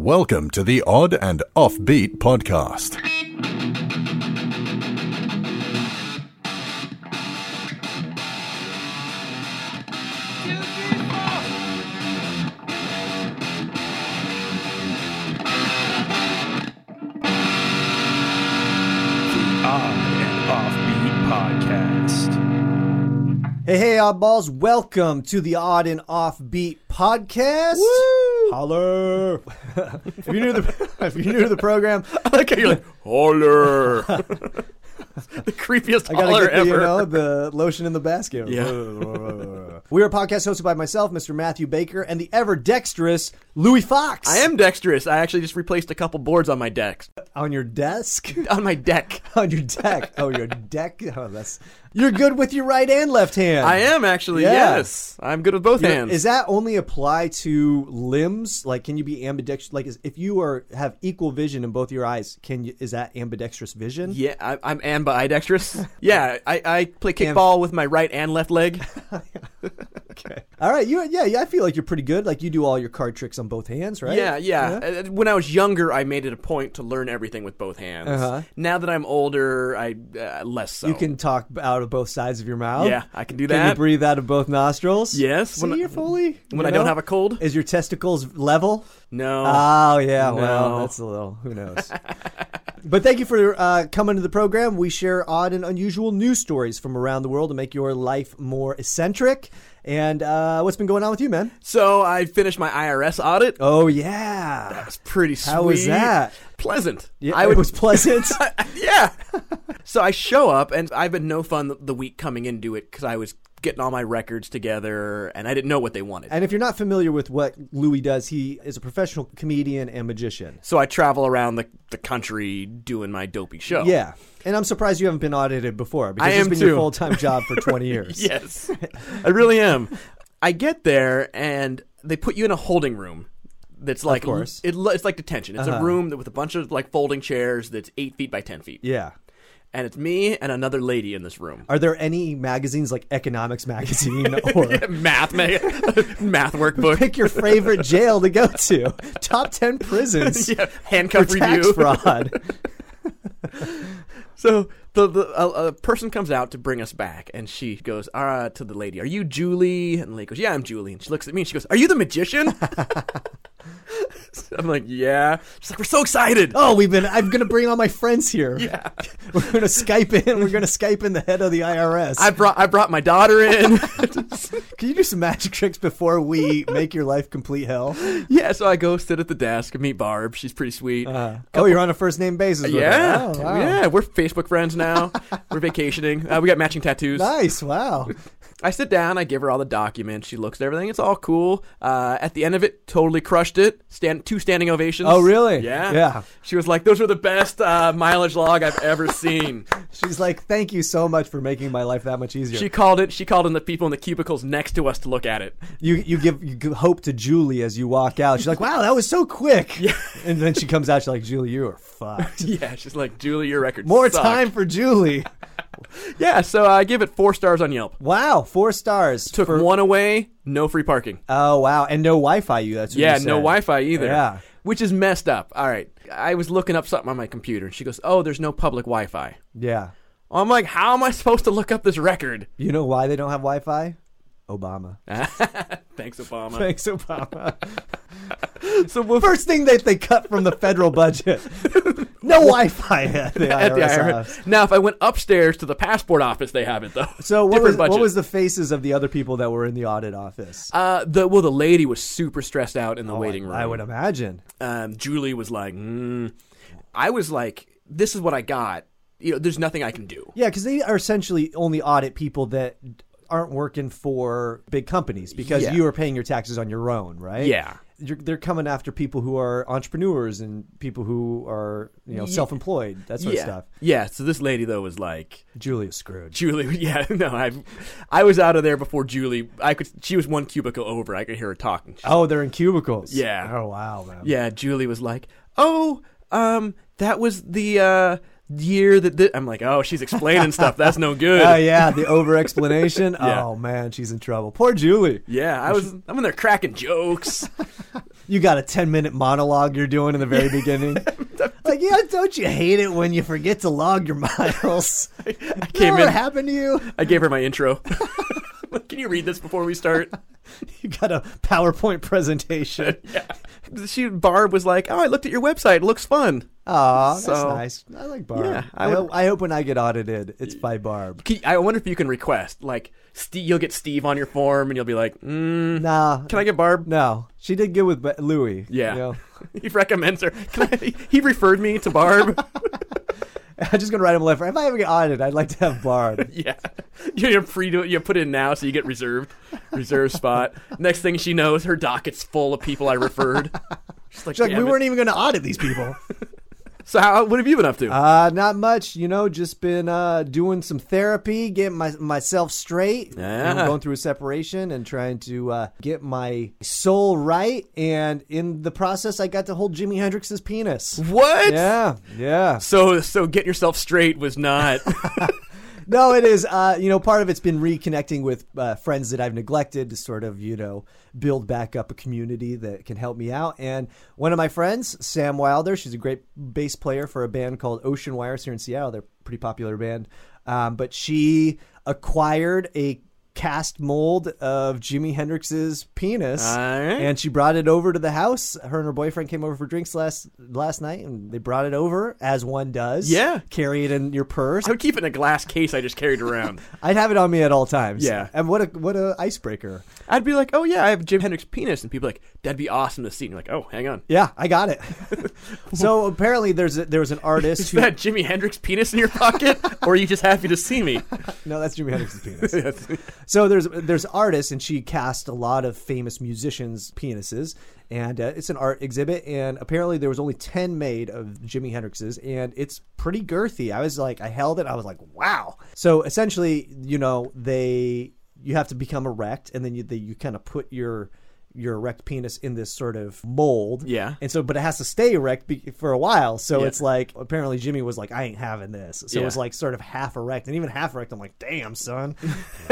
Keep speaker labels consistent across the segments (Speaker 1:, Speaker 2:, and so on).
Speaker 1: Welcome to the Odd and Offbeat Podcast.
Speaker 2: Odd and Offbeat Podcast.
Speaker 3: Hey, hey, oddballs, welcome to the Odd and Offbeat podcast. Woo! Holler. if, you're new to the, if you're new to the program, I
Speaker 4: Okay, you're like holler. the creepiest
Speaker 3: gotta
Speaker 4: holler
Speaker 3: get the,
Speaker 4: ever.
Speaker 3: you know, the lotion in the basket.
Speaker 4: Yeah.
Speaker 3: we are a podcast hosted by myself, Mr. Matthew Baker, and the ever dexterous Louis Fox.
Speaker 4: I am dexterous. I actually just replaced a couple boards on my deck.
Speaker 3: On your desk?
Speaker 4: On my deck.
Speaker 3: On your deck. Oh, your deck? Oh, that's. You're good with your right and left hand.
Speaker 4: I am actually.
Speaker 3: Yeah.
Speaker 4: Yes, I'm good with both
Speaker 3: You know,
Speaker 4: hands.
Speaker 3: Is that only apply to limbs? Like, can you be ambidextrous? Like, is, if you are have equal vision in both your eyes, can you? Is that ambidextrous vision?
Speaker 4: yeah, I, I'm ambidextrous. yeah, I, I play kickball with my right and left leg.
Speaker 3: Okay. All right. You. Yeah. Yeah. I feel like you're pretty good. Like, you do all your card tricks on both hands, right?
Speaker 4: Yeah, yeah. Uh, When I was younger, I made it a point to learn everything with both hands.
Speaker 3: Uh-huh.
Speaker 4: Now that I'm older, I uh, less so.
Speaker 3: You can talk out of both sides of your mouth.
Speaker 4: Yeah, I can do
Speaker 3: Can you
Speaker 4: that.
Speaker 3: breathe out of both nostrils?
Speaker 4: Yes,
Speaker 3: See,
Speaker 4: when I-
Speaker 3: you're fully.
Speaker 4: when
Speaker 3: you
Speaker 4: I don't
Speaker 3: know?
Speaker 4: have a cold.
Speaker 3: Is your testicles level?
Speaker 4: no.
Speaker 3: Oh yeah, well
Speaker 4: No.
Speaker 3: that's a little who knows. but thank you for uh, coming to the program. We share odd and unusual news stories from around the world to make your life more eccentric. And uh, what's been going on with you, man?
Speaker 4: so I finished my IRS audit.
Speaker 3: Oh yeah,
Speaker 4: That's pretty sweet.
Speaker 3: How was that?
Speaker 4: Pleasant.
Speaker 3: yeah
Speaker 4: I
Speaker 3: it
Speaker 4: would
Speaker 3: was pleasant.
Speaker 4: yeah. so I show up, and I've been no fun the week coming into it because I was getting all my records together, and I didn't know what they wanted.
Speaker 3: and if you're not familiar with what Louis does, he is a professional comedian and magician.
Speaker 4: so I travel around the, the country doing my dopey show.
Speaker 3: Yeah, and I'm surprised you haven't been audited before because
Speaker 4: I
Speaker 3: it's
Speaker 4: am
Speaker 3: been
Speaker 4: too.
Speaker 3: your full time job for 20 years.
Speaker 4: Yes. I really am. I get there, and they put you in a holding room. That's like
Speaker 3: course. Uh-huh.
Speaker 4: It, lo- it's like detention. It's a room that, with a bunch of like folding chairs that's eight feet by ten feet,
Speaker 3: Yeah.
Speaker 4: and it's me and another lady in this room.
Speaker 3: Are there any magazines like Economics Magazine or
Speaker 4: math mag- math workbook.
Speaker 3: pick your favorite jail to go to. Top 10 prisons
Speaker 4: yeah,
Speaker 3: for
Speaker 4: handcuff
Speaker 3: tax
Speaker 4: review.
Speaker 3: fraud.
Speaker 4: So the, the a, a person comes out to bring us back, and she goes uh, to the lady, "Are you Julie?" And the lady goes, "Yeah, I'm Julie." And she looks at me, and she goes, "Are you the magician?" I'm like, "Yeah." She's like, "We're so excited."
Speaker 3: Oh, we've been I'm going to bring all my friends here. Yeah. We're going to Skype in. We're going to Skype in the head of the IRS.
Speaker 4: I brought I brought my daughter in.
Speaker 3: Can you do some magic tricks before we make your life complete hell?
Speaker 4: yeah, so I go sit at the desk, meet Barb. She's pretty sweet.
Speaker 3: oh, you're on a first name basis with her.
Speaker 4: yeah,
Speaker 3: Oh, wow.
Speaker 4: yeah, we're Facebook friends now. we're vacationing. Uh, we got matching tattoos.
Speaker 3: Nice. Wow.
Speaker 4: I sit down, I give her all the documents, she looks at everything, it's all cool. Uh, at the end of it, totally crushed it. Stand, two standing ovations.
Speaker 3: Oh, really?
Speaker 4: Yeah.
Speaker 3: Yeah.
Speaker 4: She was like, those were the best uh, mileage log I've ever seen.
Speaker 3: She's like, "Thank you so much for making my life that much easier."
Speaker 4: she called it, she called in the people in the cubicles next to us to look at it.
Speaker 3: you you give, you give hope to Julie as you walk out. She's like, "Wow, that was so quick." Yeah. And then she comes out. She's like, "Julie, you are fucked."
Speaker 4: Yeah, she's like, Julie, your record
Speaker 3: More
Speaker 4: suck."
Speaker 3: time for Julie.
Speaker 4: Yeah, so I give it four stars on Yelp.
Speaker 3: Wow, four stars.
Speaker 4: Took
Speaker 3: for,
Speaker 4: one away, no free parking.
Speaker 3: Oh wow, and no Wi-Fi. You. That's what
Speaker 4: yeah,
Speaker 3: you
Speaker 4: no
Speaker 3: said.
Speaker 4: Wi Fi either.
Speaker 3: Yeah.
Speaker 4: Which is messed up. All right. I was looking up something on my computer, and she goes, oh, there's no public Wi Fi.
Speaker 3: Yeah.
Speaker 4: I'm like, how am I supposed to look up this record?
Speaker 3: You know why they don't have Wi-Fi? Obama.
Speaker 4: Thanks, Obama.
Speaker 3: Thanks, Obama.
Speaker 4: so we'll,
Speaker 3: First thing that they cut from the federal budget. No Wi-Fi at the IRS.
Speaker 4: at the IRS.
Speaker 3: office.
Speaker 4: Now, if I went upstairs to the passport office, they have it though.
Speaker 3: So what
Speaker 4: Different
Speaker 3: was,
Speaker 4: budget.
Speaker 3: what was the faces of the other people that were in the audit office?
Speaker 4: Uh, the well, the lady was super stressed out in the waiting room.
Speaker 3: Oh, I would imagine.
Speaker 4: Um, Julie was like, mm. I was like, this is what I got. You know, there's nothing I can do.
Speaker 3: Yeah, because they are essentially only audit people that aren't working for big companies because
Speaker 4: Yeah.
Speaker 3: you are paying your taxes on your own, right?
Speaker 4: Yeah.
Speaker 3: You're, they're coming after people who are entrepreneurs and people who are you know self-employed, that sort
Speaker 4: yeah.
Speaker 3: of stuff.
Speaker 4: Yeah. So this lady though was like,
Speaker 3: Julius Scrooge.
Speaker 4: Julie. Yeah. No, I, I was out of there before Julie. I could. She was one cubicle over. I could hear her talking. She
Speaker 3: Oh, they're in cubicles.
Speaker 4: Yeah.
Speaker 3: Oh wow, man.
Speaker 4: Yeah, Julie was like, "Oh, um, that was the uh, year that thi-" I'm like, oh, she's explaining stuff. That's no good.
Speaker 3: Oh yeah, the over explanation.
Speaker 4: Yeah.
Speaker 3: Oh man, she's in trouble. Poor Julie.
Speaker 4: Yeah, I was. I'm in there cracking jokes.
Speaker 3: You got a ten minute monologue you're doing in the very beginning. like, yeah, don't you hate it when you forget to log your miles? I
Speaker 4: came
Speaker 3: Never
Speaker 4: in-
Speaker 3: happened to you?
Speaker 4: I gave her my intro. Can you read this before we start?
Speaker 3: You got a PowerPoint presentation.
Speaker 4: She Barb was like, "Oh, I looked at your website. It looks fun."
Speaker 3: Aw, that's
Speaker 4: So-
Speaker 3: nice. I like Barb.
Speaker 4: Yeah, I
Speaker 3: I,
Speaker 4: would-
Speaker 3: hope, I hope when I get audited, it's by Barb.
Speaker 4: Can- I wonder if you can request like Steve. You'll get Steve on your form, and you'll be like, mm,
Speaker 3: Nah,
Speaker 4: "Can I get Barb?"
Speaker 3: no, she did good with Ba- Louis.
Speaker 4: Yeah.
Speaker 3: you know?
Speaker 4: he recommends her. Can I, he referred me to Barb.
Speaker 3: I'm just gonna write him a letter. If I ever get audited, I'd like to have Barb.
Speaker 4: yeah, you're free to you put in now, so you get reserved, reserved spot. Next thing she knows, her docket's full of people I referred. She's like, e-"
Speaker 3: She's like,
Speaker 4: "Damn
Speaker 3: we
Speaker 4: it."
Speaker 3: weren't even gonna audit these people.
Speaker 4: So, how, what have you been up to?
Speaker 3: Uh, not much, you know. Just been uh, doing some therapy, getting my, myself straight.
Speaker 4: Yeah.
Speaker 3: I'm going through a separation and trying to uh, get my soul right. And in the process, I got to hold Jimi Hendrix's penis.
Speaker 4: what?
Speaker 3: Yeah, yeah.
Speaker 4: So, so getting yourself straight was not.
Speaker 3: No, it is. Uh, you know, part of it's been reconnecting with uh, friends that I've neglected to sort of, you know, build back up a community that can help me out. And one of my friends, Sam Wilder, she's a great bass player for a band called Ocean Wires here in Seattle. They're a pretty popular band. Um, but she acquired a cast mold of Jimi Hendrix's penis
Speaker 4: All right.
Speaker 3: and she brought it over to the house. Her and her boyfriend came over for drinks last last night and they brought it over as one does.
Speaker 4: Yeah.
Speaker 3: Carry it in your purse.
Speaker 4: I would keep it in a glass case I just carried around.
Speaker 3: I'd have it on me at all times.
Speaker 4: Yeah.
Speaker 3: And what a what a icebreaker.
Speaker 4: I'd be like, oh yeah, I have Jim Hendrix penis, and people are like, that'd be awesome to see. And you're like, oh, hang on.
Speaker 3: Yeah, I got it. so apparently there's a, there was an artist
Speaker 4: Is
Speaker 3: who
Speaker 4: that Jimi Hendrix penis in your pocket, or are you just happy to see me?
Speaker 3: No, that's Jimi Hendrix's penis. so there's there's artists, and she cast a lot of famous musicians' penises, and uh, it's an art exhibit. And apparently, there was only ten made of Jimi Hendrix's, and it's pretty girthy. I was like, I held it, I was like, wow. So essentially, you know, they you have to become erect, and then you they, you kind of put your your erect penis in this sort of mold.
Speaker 4: Yeah.
Speaker 3: And so, but it has to stay erect be- for a while. So
Speaker 4: Yeah.
Speaker 3: it's like, apparently Jimmy was like, I ain't having this. So it was
Speaker 4: Yeah.
Speaker 3: like sort of half erect. And even half erect, I'm like, damn, son.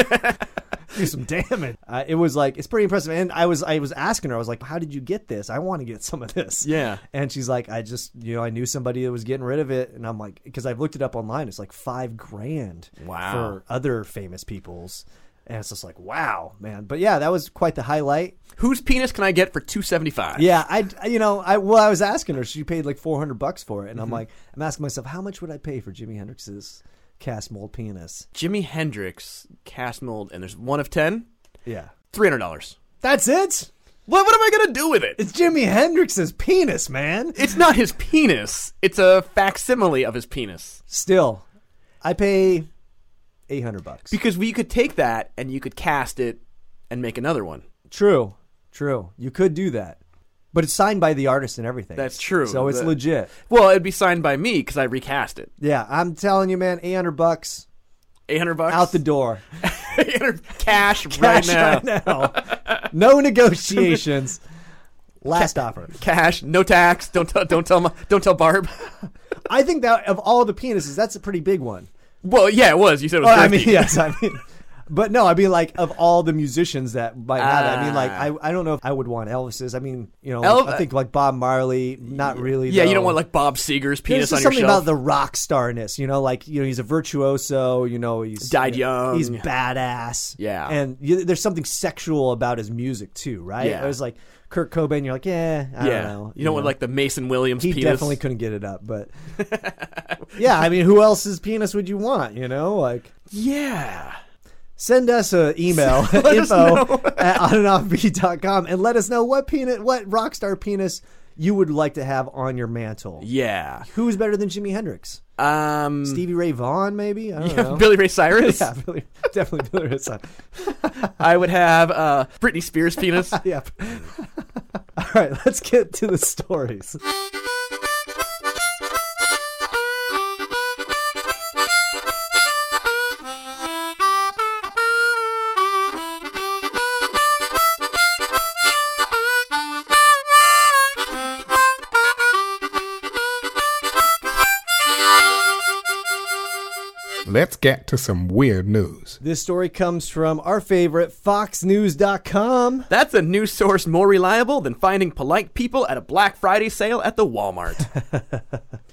Speaker 3: Do some damage. Uh, it was like it's pretty impressive, and I was I was asking her. I was like, "How did you get this? I want to get some of this."
Speaker 4: Yeah.
Speaker 3: and she's like, "I just you know I knew somebody that was getting rid of it," and I'm like, "Because I've looked it up online. It's like five grand
Speaker 4: Wow.
Speaker 3: for other famous people's." And it's just like, wow, man. But yeah, that was quite the highlight.
Speaker 4: Whose penis can I get for two seventy five?
Speaker 3: Yeah, I I- you know I well I was asking her. She paid like four hundred bucks for it, and I'm like I'm asking myself how much would I pay for Jimi Hendrix's cast mold penis?
Speaker 4: Jimi Hendrix cast mold, and there's one of ten.
Speaker 3: Yeah,
Speaker 4: Three hundred dollars.
Speaker 3: that's it.
Speaker 4: What? What am I gonna do with it?
Speaker 3: It's Jimi Hendrix's penis, man.
Speaker 4: It's not his penis. It's a facsimile of his penis.
Speaker 3: Still, I pay eight hundred bucks.
Speaker 4: Because we could take that and you could cast it and make another one.
Speaker 3: true, true. You could do that, but it's signed by the artist and everything.
Speaker 4: That's true.
Speaker 3: So it's
Speaker 4: The-
Speaker 3: legit.
Speaker 4: Well, it'd be signed by me because I recast it.
Speaker 3: Yeah, I'm telling you, man. Eight hundred bucks
Speaker 4: Eight hundred bucks
Speaker 3: out the door.
Speaker 4: 800 cash, right
Speaker 3: Cash
Speaker 4: now.
Speaker 3: right now. no negotiations. Last offer.
Speaker 4: Cash, no tax. Don't tell. Don't tell. My, don't tell Barb.
Speaker 3: I think that of all the penises, that's a pretty big one.
Speaker 4: Well, yeah, it was. You said it was.
Speaker 3: Well, I mean,
Speaker 4: thrifty.
Speaker 3: yes, I mean, but no, I mean, like of all the musicians that might have, it, I mean, like I, I don't know if I would want Elvis's. I mean, you know,
Speaker 4: Ah. Elv-
Speaker 3: I think like Bob Marley, not really.
Speaker 4: Yeah, you
Speaker 3: though.
Speaker 4: don't want like Bob Seger's
Speaker 3: There's
Speaker 4: penis
Speaker 3: just
Speaker 4: on your
Speaker 3: something
Speaker 4: shelf.
Speaker 3: about the rock starness, you know, like you know, he's a virtuoso, you know, he's
Speaker 4: Died young.
Speaker 3: he's badass,
Speaker 4: Yeah.
Speaker 3: and you, there's something sexual about his music too, right?
Speaker 4: Yeah.
Speaker 3: It was like Kurt Cobain, you're like, yeah, I
Speaker 4: yeah,
Speaker 3: don't know,
Speaker 4: you don't want
Speaker 3: know.
Speaker 4: like the Mason Williams
Speaker 3: He
Speaker 4: penis.
Speaker 3: definitely couldn't get it up, but yeah, I mean, who else's penis would you want? You know, like
Speaker 4: Yeah.
Speaker 3: send us an email at
Speaker 4: Let us
Speaker 3: info
Speaker 4: know.
Speaker 3: at onandoffbeat.com and let us know what peanut, what rock star penis you would like to have on your mantle.
Speaker 4: Yeah.
Speaker 3: Who's better than Jimi Hendrix?
Speaker 4: Um.
Speaker 3: Stevie Ray Vaughan, maybe? I don't know.
Speaker 4: Billy Ray Cyrus.
Speaker 3: yeah, Billy, definitely Billy Ray Cyrus.
Speaker 4: I would have uh, Britney Spears penis.
Speaker 3: Yep. All right, let's get to the stories.
Speaker 5: Thank you. let's get to some weird news.
Speaker 3: This story comes from our favorite FoxNews.com.
Speaker 4: That's a news source more reliable than finding polite people at a Black Friday sale at the Walmart.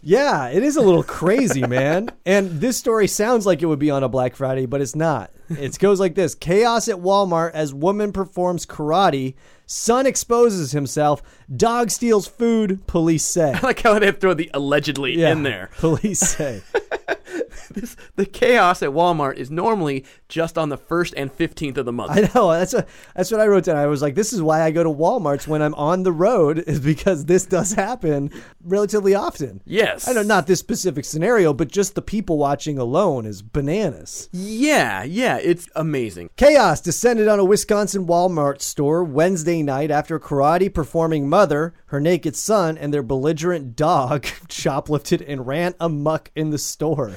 Speaker 3: Yeah, it is a little crazy, man. And this story sounds like it would be on a Black Friday, but it's not. It goes like this Chaos at Walmart as woman performs karate, son exposes himself, dog steals food, police say.
Speaker 4: I like how they throw the allegedly in there.
Speaker 3: Police say.
Speaker 4: This, the chaos at Walmart is normally just on the first and fifteenth of the month.
Speaker 3: I know. That's what that's what I wrote down. I was like, this is why I go to Walmart's when I'm on the road, is because this does happen relatively often.
Speaker 4: yes,
Speaker 3: I know not this specific scenario, but just the people watching alone is bananas.
Speaker 4: Yeah, yeah, it's amazing.
Speaker 3: Chaos descended on a Wisconsin Walmart store Wednesday night after a karate performing mother, her naked son, and their belligerent dog shoplifted and ran amuck in the store.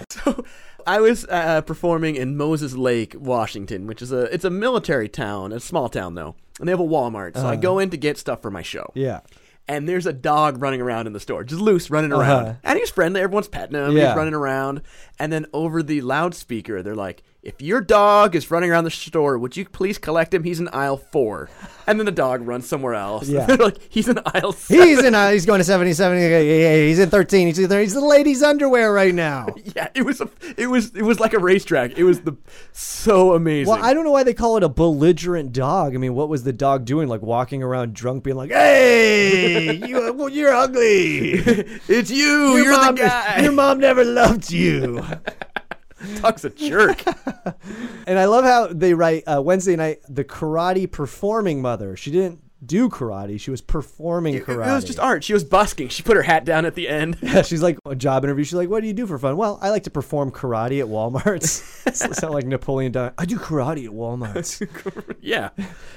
Speaker 4: I was uh, performing in Moses Lake, Washington, which is a it's a military town, a small town though, and they have a Walmart.
Speaker 3: Uh.
Speaker 4: So I go in to get stuff for my show.
Speaker 3: Yeah.
Speaker 4: and there's a dog running around in the store, just loose running around. And he's friendly, everyone's petting him,
Speaker 3: Uh-huh. Yeah.
Speaker 4: he's running around. And then over the loudspeaker, they're like, if your dog is running around the store, would you please collect him? He's in aisle four. And then the dog runs somewhere else.
Speaker 3: Yeah.
Speaker 4: they're like, he's in aisle seven.
Speaker 3: He's in. Uh, he's going to seventy-seven. Yeah, yeah, yeah, He's in thirteen. He's in there. He's in the ladies' underwear right now.
Speaker 4: yeah, it was a, it was it was like a racetrack. It was the so amazing.
Speaker 3: Well, I don't know why they call it a belligerent dog. I mean, what was the dog doing? Like walking around drunk, being like, "Hey, you, well, you're ugly.
Speaker 4: it's you.
Speaker 3: Your
Speaker 4: you're
Speaker 3: mom,
Speaker 4: the guy.
Speaker 3: Your mom never loved you."
Speaker 4: Tuck's a jerk.
Speaker 3: and I love how they write uh, Wednesday night the karate performing mother. She didn't do karate; she was performing
Speaker 4: It
Speaker 3: karate.
Speaker 4: was just art. She was busking. She put her hat down at the end.
Speaker 3: She's like a job interview. She's like, "What do you do for fun?" Well, I like to perform karate at Walmart's. Sound like Napoleon Dynamite. I do karate at Walmart's.
Speaker 4: Yeah,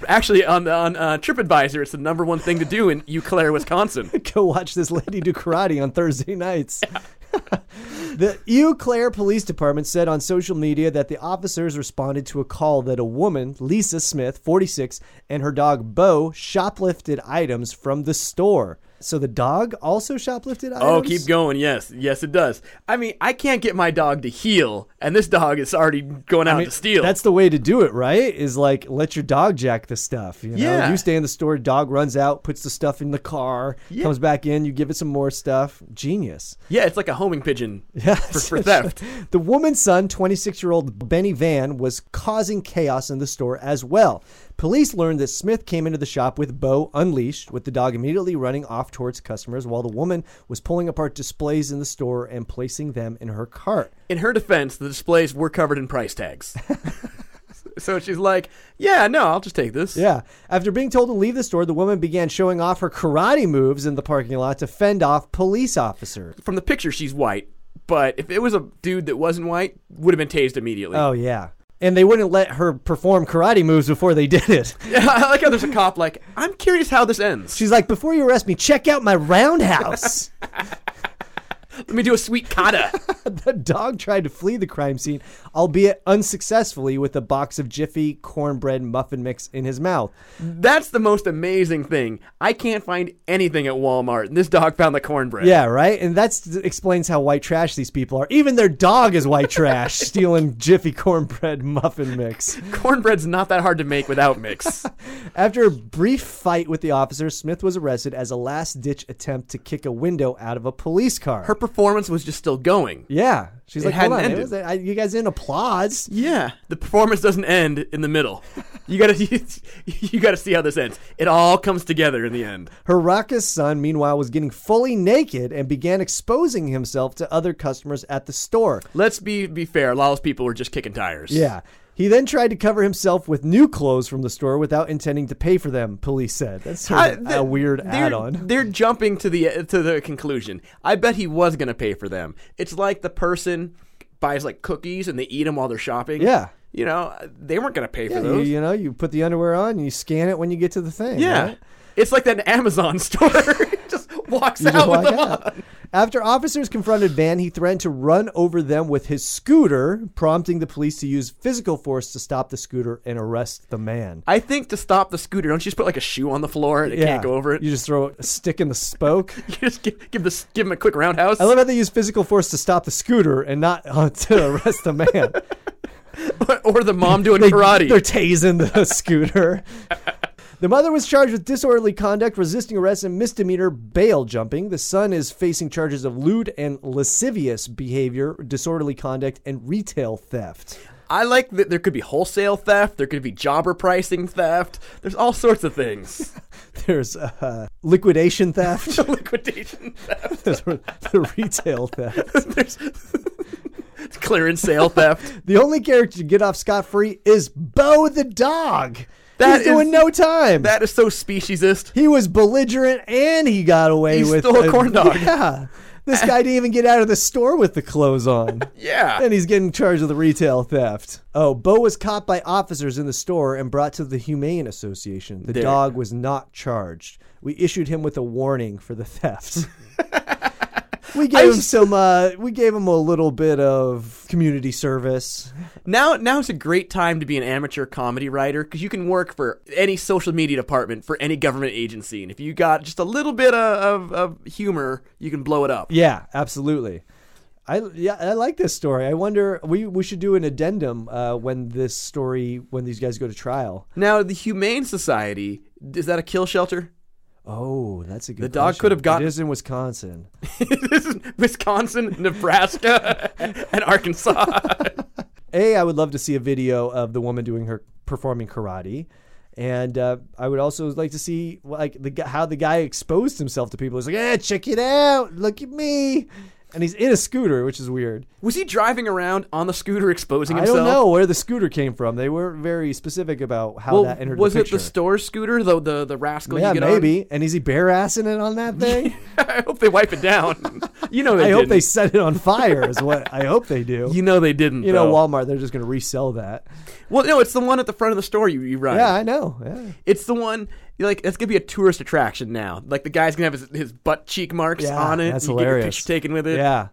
Speaker 4: actually, on on uh, TripAdvisor, it's the number one thing to do in Eau Claire, Wisconsin.
Speaker 3: go watch this lady do karate on Thursday nights. the Eau Claire Police Department said on social media that the officers responded to a call that a woman, Lisa Smith, 46, and her dog Bo shoplifted items from the store. So the dog also shoplifted items?
Speaker 4: Oh, keep going. Yes, yes, it does. I mean, I can't get my dog to heal, and this dog is already going out
Speaker 3: I mean,
Speaker 4: to steal.
Speaker 3: That's the way to do it, right? Is like let your dog jack the stuff. You know,
Speaker 4: Yeah.
Speaker 3: you stay in the store. Dog runs out, puts the stuff in the car, comes back in. You give it some more stuff. Genius.
Speaker 4: yeah, it's like a homing pigeon for, for theft.
Speaker 3: The woman's son, 26 year old Benny Van, was causing chaos in the store as well. Police learned that Smith came into the shop with Bo unleashed, with the dog immediately running off towards customers while the woman was pulling apart displays in the store and placing them in her cart.
Speaker 4: In her defense, the displays were covered in price tags. so she's like, "Yeah, no, I'll just take this."
Speaker 3: Yeah. After being told to leave the store, the woman began showing off her karate moves in the parking lot to fend off police officers.
Speaker 4: From the picture, she's white, but if it was a dude that wasn't white, would have been tased immediately.
Speaker 3: Oh, yeah. And they wouldn't let her perform karate moves before they did it.
Speaker 4: I like how there's a cop like, "I'm curious how this ends."
Speaker 3: She's like, Before you arrest me, check out my roundhouse.
Speaker 4: Let me do a sweet kata.
Speaker 3: The dog tried to flee the crime scene, albeit unsuccessfully, with a box of Jiffy cornbread muffin mix in his mouth.
Speaker 4: That's the most amazing thing. I can't find anything at Walmart, and this dog found the cornbread.
Speaker 3: Yeah, right? And that explains how white trash these people are. Even their dog is white trash, stealing Jiffy cornbread muffin mix.
Speaker 4: Cornbread's not that hard to make without mix.
Speaker 3: After a brief fight with the officer, Smith was arrested as a last ditch attempt to kick a window out of a police car.
Speaker 4: Her performance was just still going.
Speaker 3: yeah. She's like, hold
Speaker 4: hadn't
Speaker 3: on. it
Speaker 4: ended.
Speaker 3: was- I- you guys didn't applause.
Speaker 4: Yeah. The performance doesn't end in the middle. You gotta you gotta see how this ends. It all comes together in the end.
Speaker 3: Her raucous son, meanwhile, was getting fully naked and began exposing himself to other customers at the store.
Speaker 4: Let's be be fair, Lala's people were just kicking tires.
Speaker 3: Yeah. He then tried to cover himself with new clothes from the store without intending to pay for them, police said. That's sort
Speaker 4: I-
Speaker 3: of
Speaker 4: th-
Speaker 3: a weird
Speaker 4: they're-
Speaker 3: add on.
Speaker 4: They're jumping to the to the conclusion. I bet he was going to pay for them. It's like the person buys like cookies and they eat them while they're shopping.
Speaker 3: Yeah.
Speaker 4: you know they weren't going to pay for
Speaker 3: You,
Speaker 4: those.
Speaker 3: you know, you put the underwear on and you scan it when you get to the thing.
Speaker 4: yeah,
Speaker 3: right?
Speaker 4: it's like that Amazon store just walks
Speaker 3: You
Speaker 4: out with
Speaker 3: just walk
Speaker 4: them
Speaker 3: out.
Speaker 4: on.
Speaker 3: After officers confronted Van, he threatened to run over them with his scooter, prompting the police to use physical force to stop the scooter and arrest the man.
Speaker 4: I think to stop the scooter, don't you just put like a shoe on the floor and it
Speaker 3: Yeah.
Speaker 4: can't go over it?
Speaker 3: You
Speaker 4: You
Speaker 3: just throw a stick in the spoke.
Speaker 4: just give, give, this, give him a quick roundhouse.
Speaker 3: I love how they use physical force to stop the scooter and not uh, to arrest the man.
Speaker 4: or the mom doing karate.
Speaker 3: They're tasing the scooter. The mother was charged with disorderly conduct, resisting arrest, and misdemeanor bail jumping. The son is facing charges of lewd and lascivious behavior, disorderly conduct, and retail theft.
Speaker 4: I like that there could be wholesale theft, there could be jobber pricing theft. There's all sorts of things.
Speaker 3: There's uh, liquidation theft.
Speaker 4: Liquidation theft,
Speaker 3: There's the retail theft.
Speaker 4: clearance sale theft.
Speaker 3: The only character to get off scot free is Bo the dog.
Speaker 4: That
Speaker 3: He's doing
Speaker 4: is-
Speaker 3: no time.
Speaker 4: That is so speciesist.
Speaker 3: He was belligerent and he got away
Speaker 4: He
Speaker 3: with
Speaker 4: stole a corn dog.
Speaker 3: Yeah. This guy didn't even get out of the store with the clothes on.
Speaker 4: Yeah.
Speaker 3: And he's getting charged with the retail theft. Oh, Bo was caught by officers in the store and brought to the Humane Association. The
Speaker 4: There.
Speaker 3: dog was not charged. We issued him with a warning for the theft. we gave him
Speaker 4: s-
Speaker 3: some. Uh, we gave him a little bit of community service.
Speaker 4: Now now's a great time to be an amateur comedy writer because you can work for any social media department for any government agency. And if you got just a little bit of, of, of humor, you can blow it up.
Speaker 3: Yeah, absolutely. I yeah, I like this story. I wonder we we should do an addendum uh, when this story when these guys go to trial.
Speaker 4: Now, the Humane Society, is that a kill shelter?
Speaker 3: Oh, that's a good.
Speaker 4: The dog
Speaker 3: question.
Speaker 4: could have gotten-
Speaker 3: It is in Wisconsin.
Speaker 4: this is Wisconsin, Nebraska, and Arkansas.
Speaker 3: A, I would love to see a video of the woman doing her performing karate, and uh, I would also like to see like the gu- how the guy exposed himself to people. He's like, "Yeah, check it out, look at me," and he's in a scooter, which is weird.
Speaker 4: Was he driving around on the scooter exposing
Speaker 3: I
Speaker 4: himself?
Speaker 3: don't know where the scooter came from. They were very specific about how
Speaker 4: Well,
Speaker 3: that entered.
Speaker 4: was
Speaker 3: the
Speaker 4: it
Speaker 3: picture.
Speaker 4: the store scooter, the the, the rascal?
Speaker 3: Yeah,
Speaker 4: you get on?
Speaker 3: maybe. And is he bare assing it on that thing?
Speaker 4: I hope they wipe it down. you know, they
Speaker 3: I hope
Speaker 4: didn't.
Speaker 3: they set it on fire. Is what I hope they do.
Speaker 4: You know they didn't.
Speaker 3: You know,
Speaker 4: though.
Speaker 3: Walmart, they're just going to resell that.
Speaker 4: well, no, it's the one at the front of the store you, you run.
Speaker 3: Yeah, I know. Yeah.
Speaker 4: It's the one, you're like, that's going to be a tourist attraction now. Like, the guy's going to have his, his butt cheek marks
Speaker 3: Yeah,
Speaker 4: on it.
Speaker 3: that's
Speaker 4: you Get your
Speaker 3: hilarious.
Speaker 4: picture taken with it.
Speaker 3: yeah.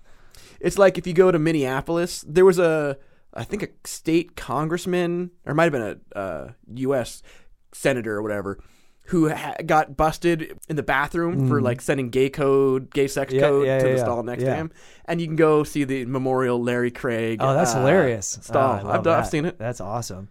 Speaker 4: It's like if you go to Minneapolis, there was a, I think a state congressman, or it might have been a uh, U.S. senator or whatever, who ha- got busted in the bathroom for like sending gay code, gay sex
Speaker 3: Mm. Yeah,
Speaker 4: code
Speaker 3: yeah,
Speaker 4: to the
Speaker 3: yeah,
Speaker 4: stall next
Speaker 3: yeah.
Speaker 4: to him. And you can go see the memorial Larry Craig.
Speaker 3: Oh, that's
Speaker 4: uh,
Speaker 3: hilarious. Oh, I
Speaker 4: Stall. I've,
Speaker 3: love
Speaker 4: done- I've
Speaker 3: that.
Speaker 4: seen it.
Speaker 3: That's awesome.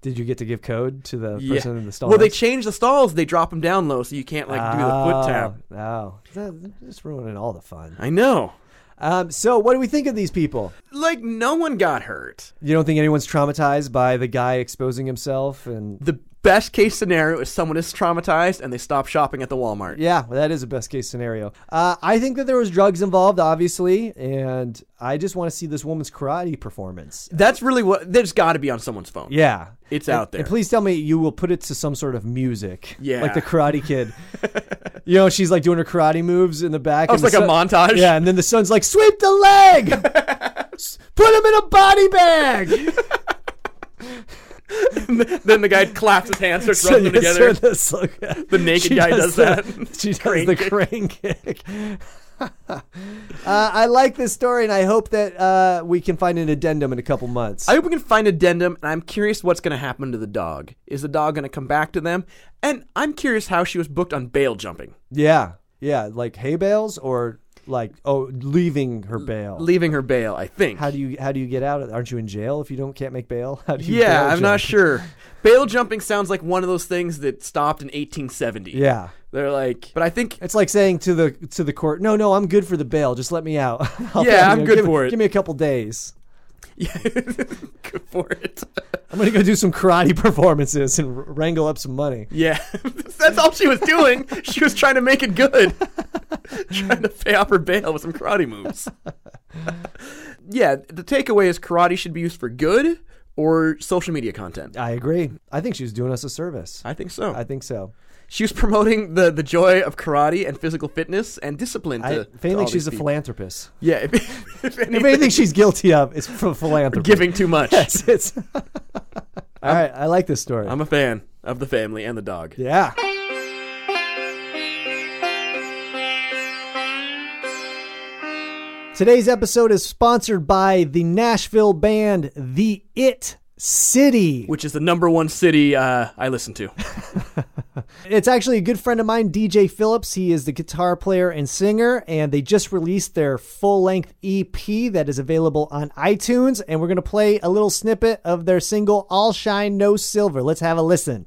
Speaker 3: Did you get to give code to the
Speaker 4: Yeah.
Speaker 3: person in the stall?
Speaker 4: well, they
Speaker 3: next-
Speaker 4: change the stalls. They drop them down low so you can't like do the
Speaker 3: Oh,
Speaker 4: foot tap.
Speaker 3: No, That- that's ruining all the fun.
Speaker 4: I know.
Speaker 3: Um, so, what do we think of these people?
Speaker 4: Like no one got hurt.
Speaker 3: You don't think anyone's traumatized by the guy exposing himself? And
Speaker 4: The best case scenario is someone is traumatized and they stop shopping at the Walmart.
Speaker 3: yeah, well, that is a best case scenario. Uh, I think that there was drugs involved, obviously, and I just want to see this woman's karate performance.
Speaker 4: That's really what there's got to be on someone's phone.
Speaker 3: Yeah.
Speaker 4: It's
Speaker 3: And-
Speaker 4: out there.
Speaker 3: And please tell me you will put it to some sort of music.
Speaker 4: Yeah.
Speaker 3: Like the Karate Kid. you know, she's like doing her karate moves in the back.
Speaker 4: Oh,
Speaker 3: and
Speaker 4: it's
Speaker 3: the
Speaker 4: like a montage?
Speaker 3: Yeah, and then the son's like, sweep the leg! S- put him in a body bag!
Speaker 4: then the guy claps his hands, starts
Speaker 3: So
Speaker 4: rubbing them
Speaker 3: you
Speaker 4: together.
Speaker 3: sort of so-
Speaker 4: The naked
Speaker 3: she
Speaker 4: guy does
Speaker 3: the-
Speaker 4: that.
Speaker 3: she does
Speaker 4: Crane
Speaker 3: the
Speaker 4: kick.
Speaker 3: crane kick. uh, I like this story, and I hope that uh, we can find an addendum in a couple months.
Speaker 4: I hope we can find addendum, and I'm curious what's going to happen to the dog. Is the dog going to come back to them? And I'm curious how she was booked on bail jumping,
Speaker 3: yeah, yeah, like hay bales or like oh, leaving her bail.
Speaker 4: leaving her bail. I think.
Speaker 3: How do you how do you get out? of Aren't you in jail if you don't can't make bail? How do you
Speaker 4: yeah,
Speaker 3: bail
Speaker 4: I'm not
Speaker 3: jump?
Speaker 4: sure. Bail jumping sounds like one of those things that stopped in 1870.
Speaker 3: Yeah,
Speaker 4: they're like, but I think
Speaker 3: it's like saying to the to the court, no, no, I'm good for the bail. Just let me out. I'll-
Speaker 4: Yeah, I'm good
Speaker 3: give,
Speaker 4: for it.
Speaker 3: Give me a couple days.
Speaker 4: Yeah, good for it.
Speaker 3: I'm gonna go do some karate performances and wr- wrangle up some money.
Speaker 4: Yeah, that's all she was doing. She was trying to make it good, trying to pay off her bail with some karate moves. yeah, the takeaway is karate should be used for good or social media content.
Speaker 3: I agree. I think she was doing us a service.
Speaker 4: I think so.
Speaker 3: I think so.
Speaker 4: she was promoting the, the joy of karate and physical fitness and discipline. To,
Speaker 3: I,
Speaker 4: to
Speaker 3: if anything,
Speaker 4: all
Speaker 3: she's
Speaker 4: these
Speaker 3: a
Speaker 4: people.
Speaker 3: philanthropist.
Speaker 4: Yeah, if, if
Speaker 3: If
Speaker 4: anything,
Speaker 3: anything, she's guilty of is for philanthropy.
Speaker 4: giving too much.
Speaker 3: Yes, it's. All right, I like this story.
Speaker 4: I'm a fan of the family and the dog.
Speaker 3: yeah. Today's episode is sponsored by the Nashville band The It City.
Speaker 4: which is the number one city uh, I listen to.
Speaker 3: It's actually a good friend of mine, DJ Phillips. He is the guitar player and singer, and they just released their full length EP that is available on iTunes. And we're going to play a little snippet of their single, All Shine, No Silver. Let's have a listen.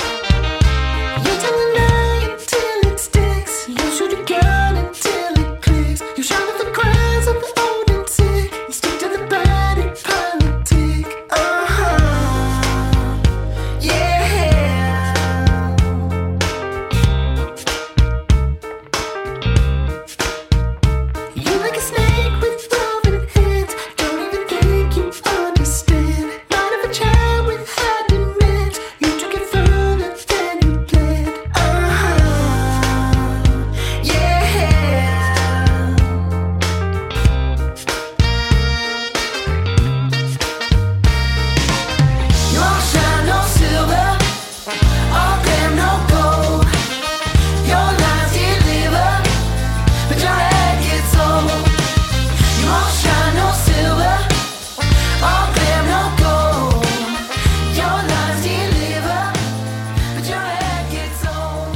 Speaker 6: You tell a lie until it sticks. You shoot a gun until it clicks. You shout at the cries of the old and sick. You stick to the bad and politic. Uh huh. Yeah. You like a snake with woven hands. Don't even think you understand. Mind of a child without demands. You took it further than you planned. Uh huh. Yeah. You all shine no silver. All damn no gold. Your lies deliver but your head gets old. You won't shine no silver, all glam no gold. Your lies deliver, but your head gets old.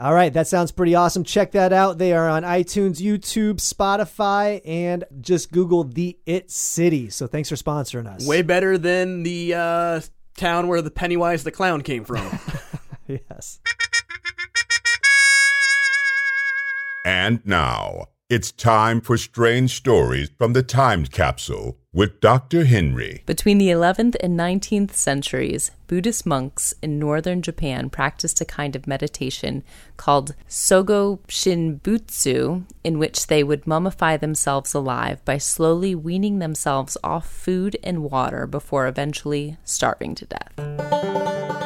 Speaker 3: All right, that sounds pretty awesome. Check that out. They are on iTunes, YouTube, Spotify, and just Google The It City. So thanks for sponsoring us.
Speaker 4: Way better than the uh, town where the Pennywise the clown came from.
Speaker 3: Yes.
Speaker 7: And now, it's time for strange stories from the time capsule with Dr. Henry.
Speaker 8: Between the 11th and 19th centuries, Buddhist monks in northern Japan practiced a kind of meditation called Sogo Shinbutsu, in which they would mummify themselves alive by slowly weaning themselves off food and water before eventually starving to death.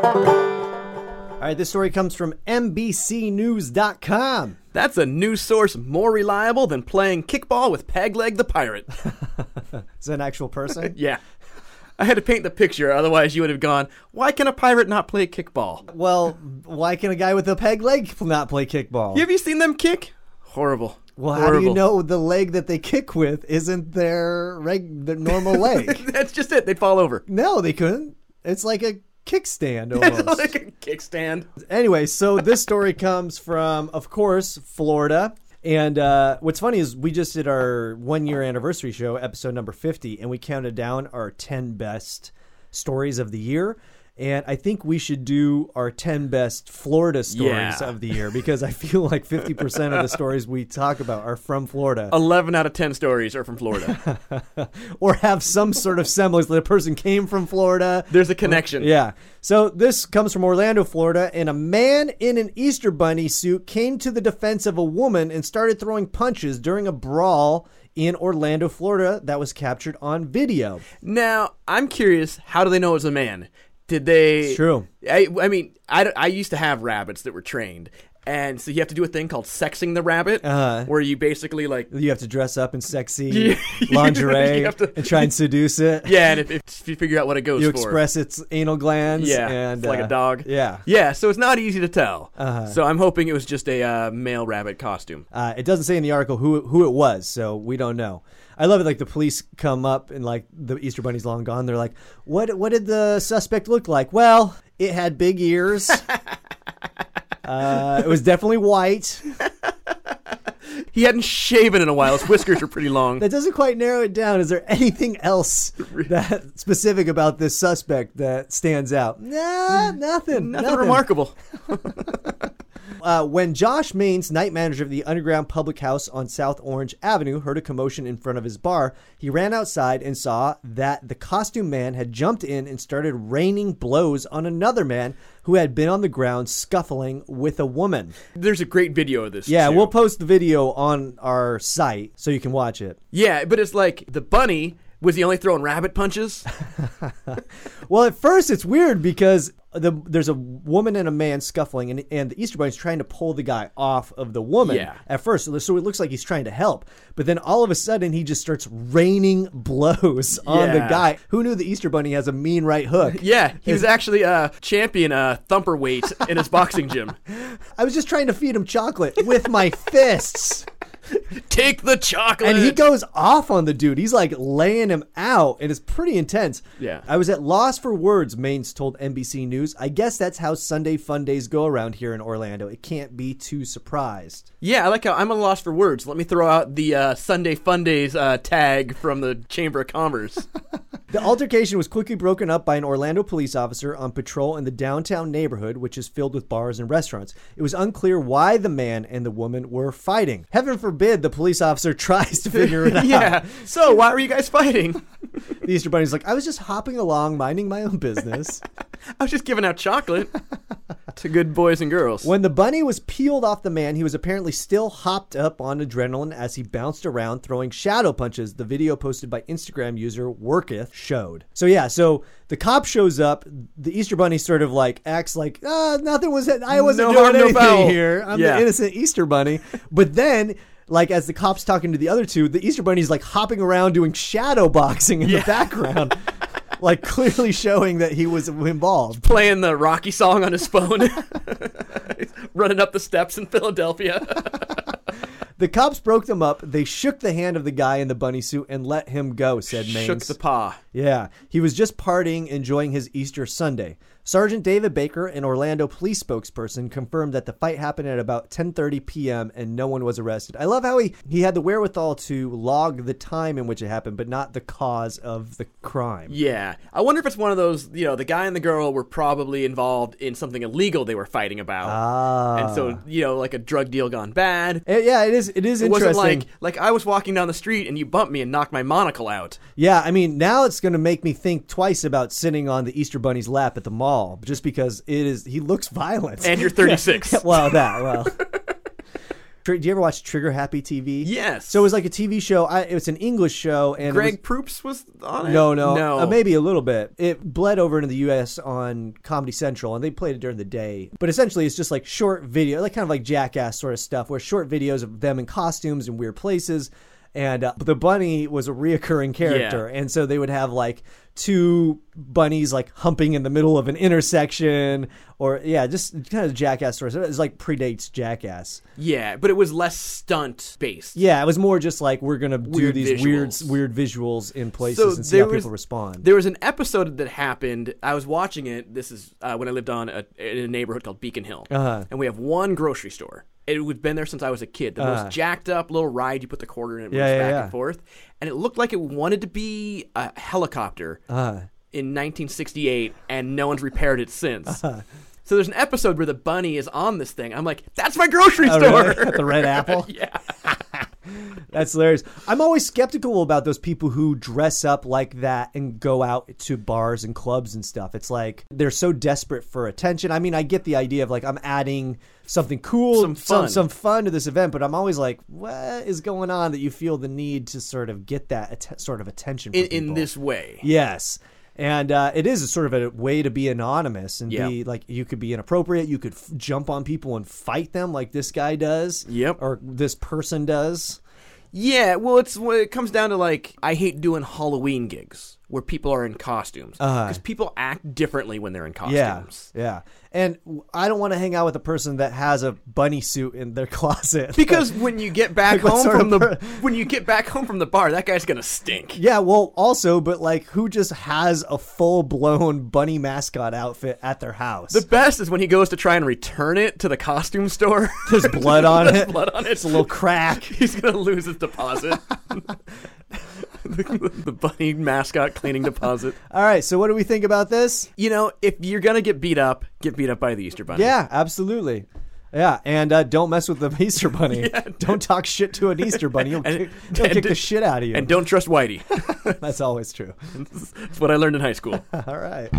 Speaker 3: All right, this story comes from MBCNews.com.
Speaker 4: That's a news source more reliable than playing kickball with Pegleg the pirate.
Speaker 3: Is that an actual person?
Speaker 4: Yeah. I had to paint the picture, otherwise you would have gone, why can a pirate not play kickball?
Speaker 3: Well, why can a guy with a peg leg not play kickball?
Speaker 4: Have you seen them kick? Horrible.
Speaker 3: Well, how
Speaker 4: Horrible.
Speaker 3: do you know the leg that they kick with isn't their reg- their normal leg?
Speaker 4: That's just it. They'd fall over.
Speaker 3: no, they couldn't. It's like a kickstand
Speaker 4: It's
Speaker 3: almost.
Speaker 4: like a kickstand.
Speaker 3: anyway, so this story comes from, of course, Florida. And uh, what's funny is we just did our one year anniversary show, episode number 50, and we counted down our 10 best stories of the year. And I think we should do our 10 best Florida stories
Speaker 4: Yeah.
Speaker 3: of the year because I feel like 50% of the stories we talk about are from Florida.
Speaker 4: 11 out of 10 stories are from Florida.
Speaker 3: or have some sort of semblance that a person came from Florida.
Speaker 4: There's a connection.
Speaker 3: Yeah. So this comes from Orlando, Florida, and a man in an Easter bunny suit came to the defense of a woman and started throwing punches during a brawl in Orlando, Florida that was captured on video.
Speaker 4: Now, I'm curious, how do they know it's a man? Did they.
Speaker 3: It's true.
Speaker 4: I, I mean, I, don't- I used to have rabbits that were trained. And so you have to do a thing called sexing the rabbit,
Speaker 3: Uh-huh.
Speaker 4: where you basically like
Speaker 3: You have to dress up in sexy
Speaker 4: Yeah.
Speaker 3: lingerie
Speaker 4: You have to-
Speaker 3: and try and seduce it.
Speaker 4: Yeah, and if, if you figure out what it goes
Speaker 3: You
Speaker 4: for,
Speaker 3: express its anal glands.
Speaker 4: yeah,
Speaker 3: and,
Speaker 4: it's like
Speaker 3: uh,
Speaker 4: a dog.
Speaker 3: Yeah. Uh-huh.
Speaker 4: yeah. So it's not easy to tell. So I'm hoping it was just a uh, male rabbit costume.
Speaker 3: Uh, it doesn't say in the article who who it was, so we don't know. I love it. Like the police come up and like the Easter Bunny's long gone. They're like, "What? What did the suspect look like?" Well, it had big ears. uh, it was definitely white.
Speaker 4: He hadn't shaven in a while. His whiskers were pretty long.
Speaker 3: That doesn't quite narrow it down. Is there anything else that specific about this suspect that stands out? Nah, nothing.
Speaker 4: Nothing remarkable.
Speaker 3: Uh, when Josh Maines, night manager of the underground public house on South Orange Avenue, heard a commotion in front of his bar, he ran outside and saw that the costume man had jumped in and started raining blows on another man who had been on the ground scuffling with a woman.
Speaker 4: There's a great video of this.
Speaker 3: Yeah,
Speaker 4: too.
Speaker 3: we'll post the video on our site so you can watch it.
Speaker 4: Yeah, but it's like the bunny was he only throwing rabbit punches?
Speaker 3: Well, at first it's weird because the there's a woman and a man scuffling, and, and the Easter Bunny's trying to pull the guy off of the woman.
Speaker 4: Yeah.
Speaker 3: At first, so so it looks like he's trying to help, but then all of a sudden he just starts raining blows on the
Speaker 4: Yeah.
Speaker 3: guy. Who knew the Easter Bunny has a mean right hook?
Speaker 4: yeah, he was actually a champion uh, thumper weight in his boxing gym.
Speaker 3: I was just trying to feed him chocolate with my fists.
Speaker 4: Take the chocolate.
Speaker 3: And he goes off on the dude. He's like laying him out, and it's pretty intense.
Speaker 4: Yeah.
Speaker 3: I was at loss for words, Maines told NBC News. I guess that's how Sunday fun days go around here in Orlando. It can't be too surprised.
Speaker 4: yeah, I like how I'm at a loss for words. Let me throw out the uh, Sunday Fun Days uh, tag from the Chamber of Commerce.
Speaker 3: The altercation was quickly broken up by an Orlando police officer on patrol in the downtown neighborhood, which is filled with bars and restaurants. It was unclear why the man and the woman were fighting. Heaven forbid the police officer tries to figure it out.
Speaker 4: yeah. So why were you guys fighting?
Speaker 3: The Easter Bunny's like, I was just hopping along, minding my own business.
Speaker 4: I was just giving out chocolate to good boys and girls.
Speaker 3: When the bunny was peeled off the man, he was apparently still hopped up on adrenaline as he bounced around throwing shadow punches. The video posted by Instagram user Worketh showed. So yeah, so the cop shows up. The Easter bunny sort of like acts like ah, nothing was. I wasn't
Speaker 4: No
Speaker 3: doing
Speaker 4: harm, no
Speaker 3: anything
Speaker 4: foul."
Speaker 3: here. I'm
Speaker 4: Yeah.
Speaker 3: the innocent Easter bunny. But then. Like as the cops talking to the other two, the Easter Bunny's like hopping around doing shadow boxing in the background, like clearly showing that he was involved.
Speaker 4: playing the Rocky song on his phone, running up the steps in Philadelphia.
Speaker 3: The cops broke them up. They shook the hand of the guy in the bunny suit and let him go, said Maines.
Speaker 4: Shook the paw.
Speaker 3: yeah, he was just partying, enjoying his Easter Sunday. Sergeant David Baker, an Orlando police spokesperson, confirmed that the fight happened at about 10:30 p.m. and no one was arrested. I love how he he had the wherewithal to log the time in which it happened, but not the cause of the crime.
Speaker 4: Yeah. I wonder if it's one of those, you know, the guy and the girl were probably involved in something illegal they were fighting about. Ah. And so, you know, like a drug deal gone bad.
Speaker 3: Eh, yeah, it is. It is
Speaker 4: It
Speaker 3: interesting.
Speaker 4: wasn't like like I was walking down the street and you bumped me and knocked my monocle out.
Speaker 3: Yeah, I mean, now it's going to make me think twice about sitting on the Easter Bunny's lap at the mall, just because it is. He looks violent.
Speaker 4: And you're 36.
Speaker 3: well, that well. Tr- Do you ever watch Trigger Happy TV?
Speaker 4: Yes.
Speaker 3: So it was like a TV show. I, it was an English show, and it
Speaker 4: Greg Proops was on it.
Speaker 3: was- no, no,
Speaker 4: no,
Speaker 3: uh, maybe a little bit. It bled over into the U.S. on Comedy Central, and they played it during the day. But essentially, it's just like short video, like kind of like Jackass sort of stuff, where short videos of them in costumes and weird places. And uh, the bunny was a reoccurring character, and so they would have like two bunnies like humping in the middle of an intersection, or yeah, just kind of Jackass sort of. It's like predates Jackass.
Speaker 4: Yeah, but it was less stunt based.
Speaker 3: Yeah, it was more just like we're gonna
Speaker 4: Weird
Speaker 3: do these
Speaker 4: visuals.
Speaker 3: weird weird visuals in places and see
Speaker 4: there
Speaker 3: how
Speaker 4: was-
Speaker 3: people respond.
Speaker 4: There was an episode that happened. I was watching it. This is uh, when I lived on a, in a neighborhood called Beacon Hill, uh-huh. and we have one grocery store. It had been there since I was a kid. The most jacked up little ride you put the quarter in, it
Speaker 3: Uh-huh. Yeah,
Speaker 4: moves
Speaker 3: yeah,
Speaker 4: back
Speaker 3: yeah.
Speaker 4: and forth, and it looked like it wanted to be a helicopter
Speaker 3: Uh-huh.
Speaker 4: in 1968, and no one's repaired it since.
Speaker 3: Uh-huh.
Speaker 4: So there's an episode where the bunny is on this thing. I'm like, that's my grocery
Speaker 3: Oh,
Speaker 4: store.
Speaker 3: really? Got the red apple. yeah. That's hilarious. I'm always skeptical about those people who dress up like that and go out to bars and clubs and stuff. It's like they're so desperate for attention. I mean, I get the idea of like I'm adding something cool,
Speaker 4: Some fun.
Speaker 3: some fun to this event, but I'm always like, what is going on that you feel the need to sort of get that att- sort of attention from
Speaker 4: in, in
Speaker 3: people?
Speaker 4: this way.
Speaker 3: Yes. And uh, it is a sort of a way to be anonymous and be
Speaker 4: Yeah.
Speaker 3: like you could be inappropriate. You could f- jump on people and fight them like this guy does.
Speaker 4: Yep.
Speaker 3: Or this person does.
Speaker 4: Yeah, well, it's well, it comes down to like I hate doing Halloween gigs where people are in costumes because people act differently when they're in costumes.
Speaker 3: Uh-huh. Yeah. Yeah. And w- I don't want to hang out with a person that has a bunny suit in their closet.
Speaker 4: Because when you get back
Speaker 3: Like, what
Speaker 4: home
Speaker 3: sort
Speaker 4: from the
Speaker 3: of per-
Speaker 4: when you get back home from the bar, that guy's gonna stink.
Speaker 3: yeah, well, also, but like who just has a full blown bunny mascot outfit at their house?
Speaker 4: The best is when he goes to try and return it to the costume store.
Speaker 3: There's blood on it.
Speaker 4: blood on it.
Speaker 3: It's a little crack.
Speaker 4: He's gonna lose his deposit. the, the bunny mascot cleaning deposit.
Speaker 3: All right. So, what do we think about this?
Speaker 4: You know, if you're gonna get beat up, get beat up by the Easter bunny.
Speaker 3: Yeah, absolutely. Yeah, and uh, don't mess with the Easter Bunny. don't talk shit to an Easter Bunny. He'll,
Speaker 4: And-
Speaker 3: kick, he'll
Speaker 4: and
Speaker 3: kick
Speaker 4: d-
Speaker 3: the shit out of you.
Speaker 4: And don't trust Whitey.
Speaker 3: That's always true.
Speaker 4: That's what I learned in high school.
Speaker 3: All right.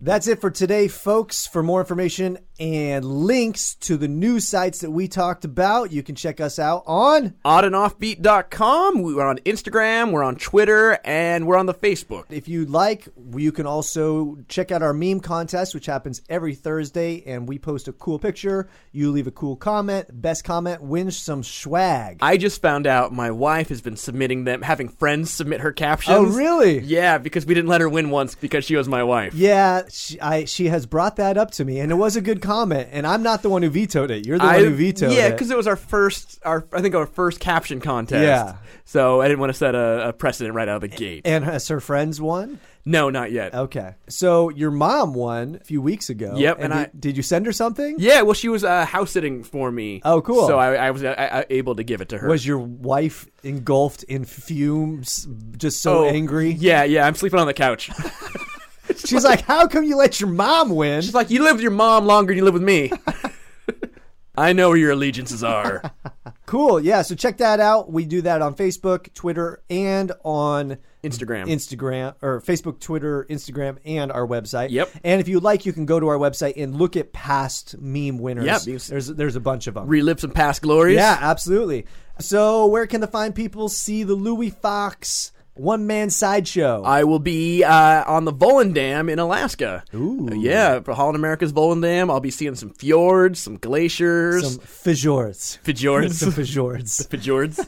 Speaker 3: That's it for today, folks. For more information and links to the new sites that we talked about, you can check us out on.
Speaker 4: oddandoffbeat.com. We're on Instagram, we're on Twitter, and we're on the Facebook.
Speaker 3: If you like, you can also check out our meme contest, which happens every Thursday, and we post a cool picture. You leave a cool comment. Best comment wins some swag.
Speaker 4: I just found out my wife has been submitting them, having friends submit her captions.
Speaker 3: Oh, really?
Speaker 4: Yeah, because we didn't let her win once because she was my wife.
Speaker 3: yeah, she, I, she has brought that up to me, and it was a good comment. And I'm not the one who vetoed it. You're the one who vetoed
Speaker 4: yeah,
Speaker 3: it.
Speaker 4: because it was our first, our I think our first caption contest.
Speaker 3: Yeah.
Speaker 4: So I didn't want to set a, a precedent right out of the gate.
Speaker 3: and has her friends won?
Speaker 4: No, not yet.
Speaker 3: Okay. So your mom won a few weeks ago.
Speaker 4: Yep,
Speaker 3: And,
Speaker 4: and I-
Speaker 3: did, did you send her something?
Speaker 4: Yeah, well, she was uh, house sitting for me.
Speaker 3: Oh, cool.
Speaker 4: So I, I was uh, I, I able to give it to her.
Speaker 3: Was your wife engulfed in fumes, just so
Speaker 4: Oh,
Speaker 3: angry?
Speaker 4: Yeah, yeah. I'm sleeping on the couch.
Speaker 3: She's like, "How come you let your mom win?"
Speaker 4: She's like, you live with your mom longer than you live with me. I know where your allegiances are.
Speaker 3: Cool. Yeah. So check that out. We do that on Facebook, Twitter, and on
Speaker 4: Instagram.
Speaker 3: Instagram or Facebook, Twitter, Instagram, and our website.
Speaker 4: Yep.
Speaker 3: And if you'd like, you can go to our website and look at past meme winners.
Speaker 4: Yep, you s-
Speaker 3: There's there's a bunch of them.
Speaker 4: Relive some past glories.
Speaker 3: yeah, absolutely. So where can the fine people see the Louis Fox one man sideshow?
Speaker 4: I will be uh, on the Volendam Dam in Alaska. Ooh. Yeah, for Holland America's Volendam. Dam. I'll be seeing some fjords, some glaciers.
Speaker 3: some fjords.
Speaker 4: fjords.
Speaker 3: Some fjords.
Speaker 4: fjords.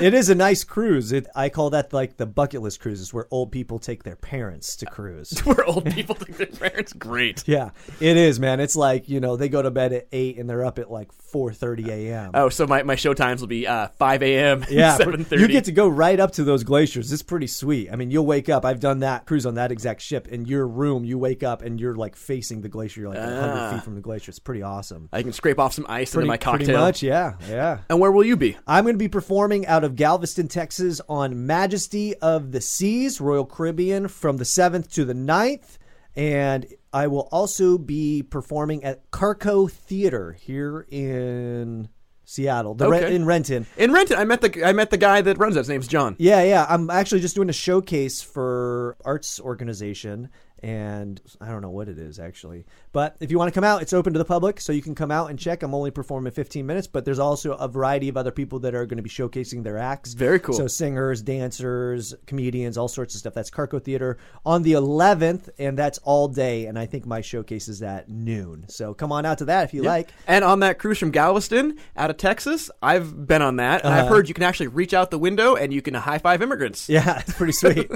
Speaker 3: It is a nice cruise. It, I call that like the bucket list cruises, where old people take their parents to cruise.
Speaker 4: Where old people think their parents great.
Speaker 3: Yeah, it is, man. It's like you know they go to bed at eight and they're up at like four thirty a.m.
Speaker 4: Oh, so my, my show times will be uh, 5 a.m.
Speaker 3: yeah,
Speaker 4: seven thirty.
Speaker 3: you get to go right up to those glaciers. It's pretty sweet. I mean, you'll wake up. I've done that cruise on that exact ship. In your room, you wake up and you're like facing the glacier. You're like a hundred feet from the glacier. It's pretty awesome.
Speaker 4: I can scrape off some ice into
Speaker 3: Pretty,
Speaker 4: Ah. my cocktail.
Speaker 3: pretty much, yeah, yeah.
Speaker 4: And where will you be?
Speaker 3: I'm going to be performing out of Galveston, Texas on Majesty of the Seas, Royal Caribbean from the 7th to the 9th. And I will also be performing at Carco Theater here in Seattle, the Ren-
Speaker 4: Okay.
Speaker 3: in Renton.
Speaker 4: In Renton. I met the I met the guy that runs that. His name's John.
Speaker 3: Yeah, yeah. I'm actually just doing a showcase for arts organization and I don't know what it is actually. But if you want to come out, it's open to the public, so you can come out and check. I'm only performing 15 minutes, but there's also a variety of other people that are going to be showcasing their acts.
Speaker 4: Very cool.
Speaker 3: So singers, dancers, comedians, all sorts of stuff. That's Carco Theater on the 11th and that's all day and I think my showcase is at noon. So come on out to that if you like.
Speaker 4: And on that cruise from Galveston out of Texas, I've been on that, and I've heard you can actually reach out the window and you can high five immigrants.
Speaker 3: Uh-huh. Yeah, it's pretty sweet.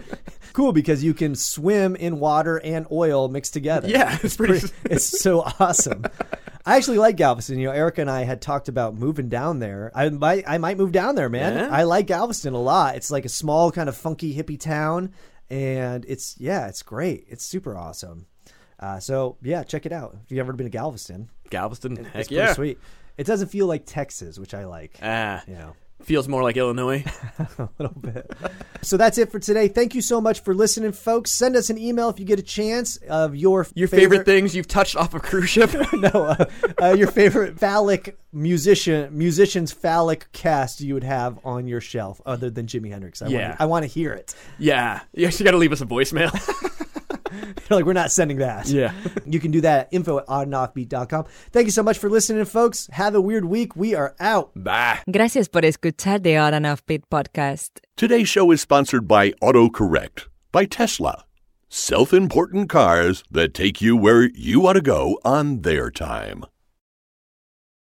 Speaker 3: cool because you can swim in water and oil mixed together.
Speaker 4: Yeah, it's pretty.
Speaker 3: it's so awesome. I actually like Galveston. You know, Erica and I had talked about moving down there. I might, I might move down there, man.
Speaker 4: Yeah.
Speaker 3: I like Galveston a lot. It's like a small, kind of funky hippie town, and it's yeah, it's great. It's super awesome. Uh, so yeah, check it out. If you've ever been to Galveston,
Speaker 4: Galveston, heck
Speaker 3: it's
Speaker 4: yeah,
Speaker 3: pretty sweet. It doesn't feel like Texas, which I like.
Speaker 4: Ah,
Speaker 3: you know.
Speaker 4: feels more like Illinois.
Speaker 3: little bit. so that's it for today. Thank you so much for listening, folks. Send us an email if you get a chance of your
Speaker 4: Your favorite, things you've touched off a cruise ship.
Speaker 3: no, uh, uh, your favorite phallic musician, musician's phallic cast you would have on your shelf, other than Jimi Hendrix. I
Speaker 4: Yeah.
Speaker 3: want, I want to hear it.
Speaker 4: yeah, you actually got to leave us a voicemail.
Speaker 3: They're like, we're not sending that.
Speaker 4: Yeah.
Speaker 3: you can do that at info at oddandoffbeat.com. Thank you so much for listening, folks. Have a weird week. We are out.
Speaker 9: Gracias por escuchar The Odd and Offbeat Podcast.
Speaker 10: Today's show is sponsored by AutoCorrect by Tesla. Self important cars that take you where you want to go on their time.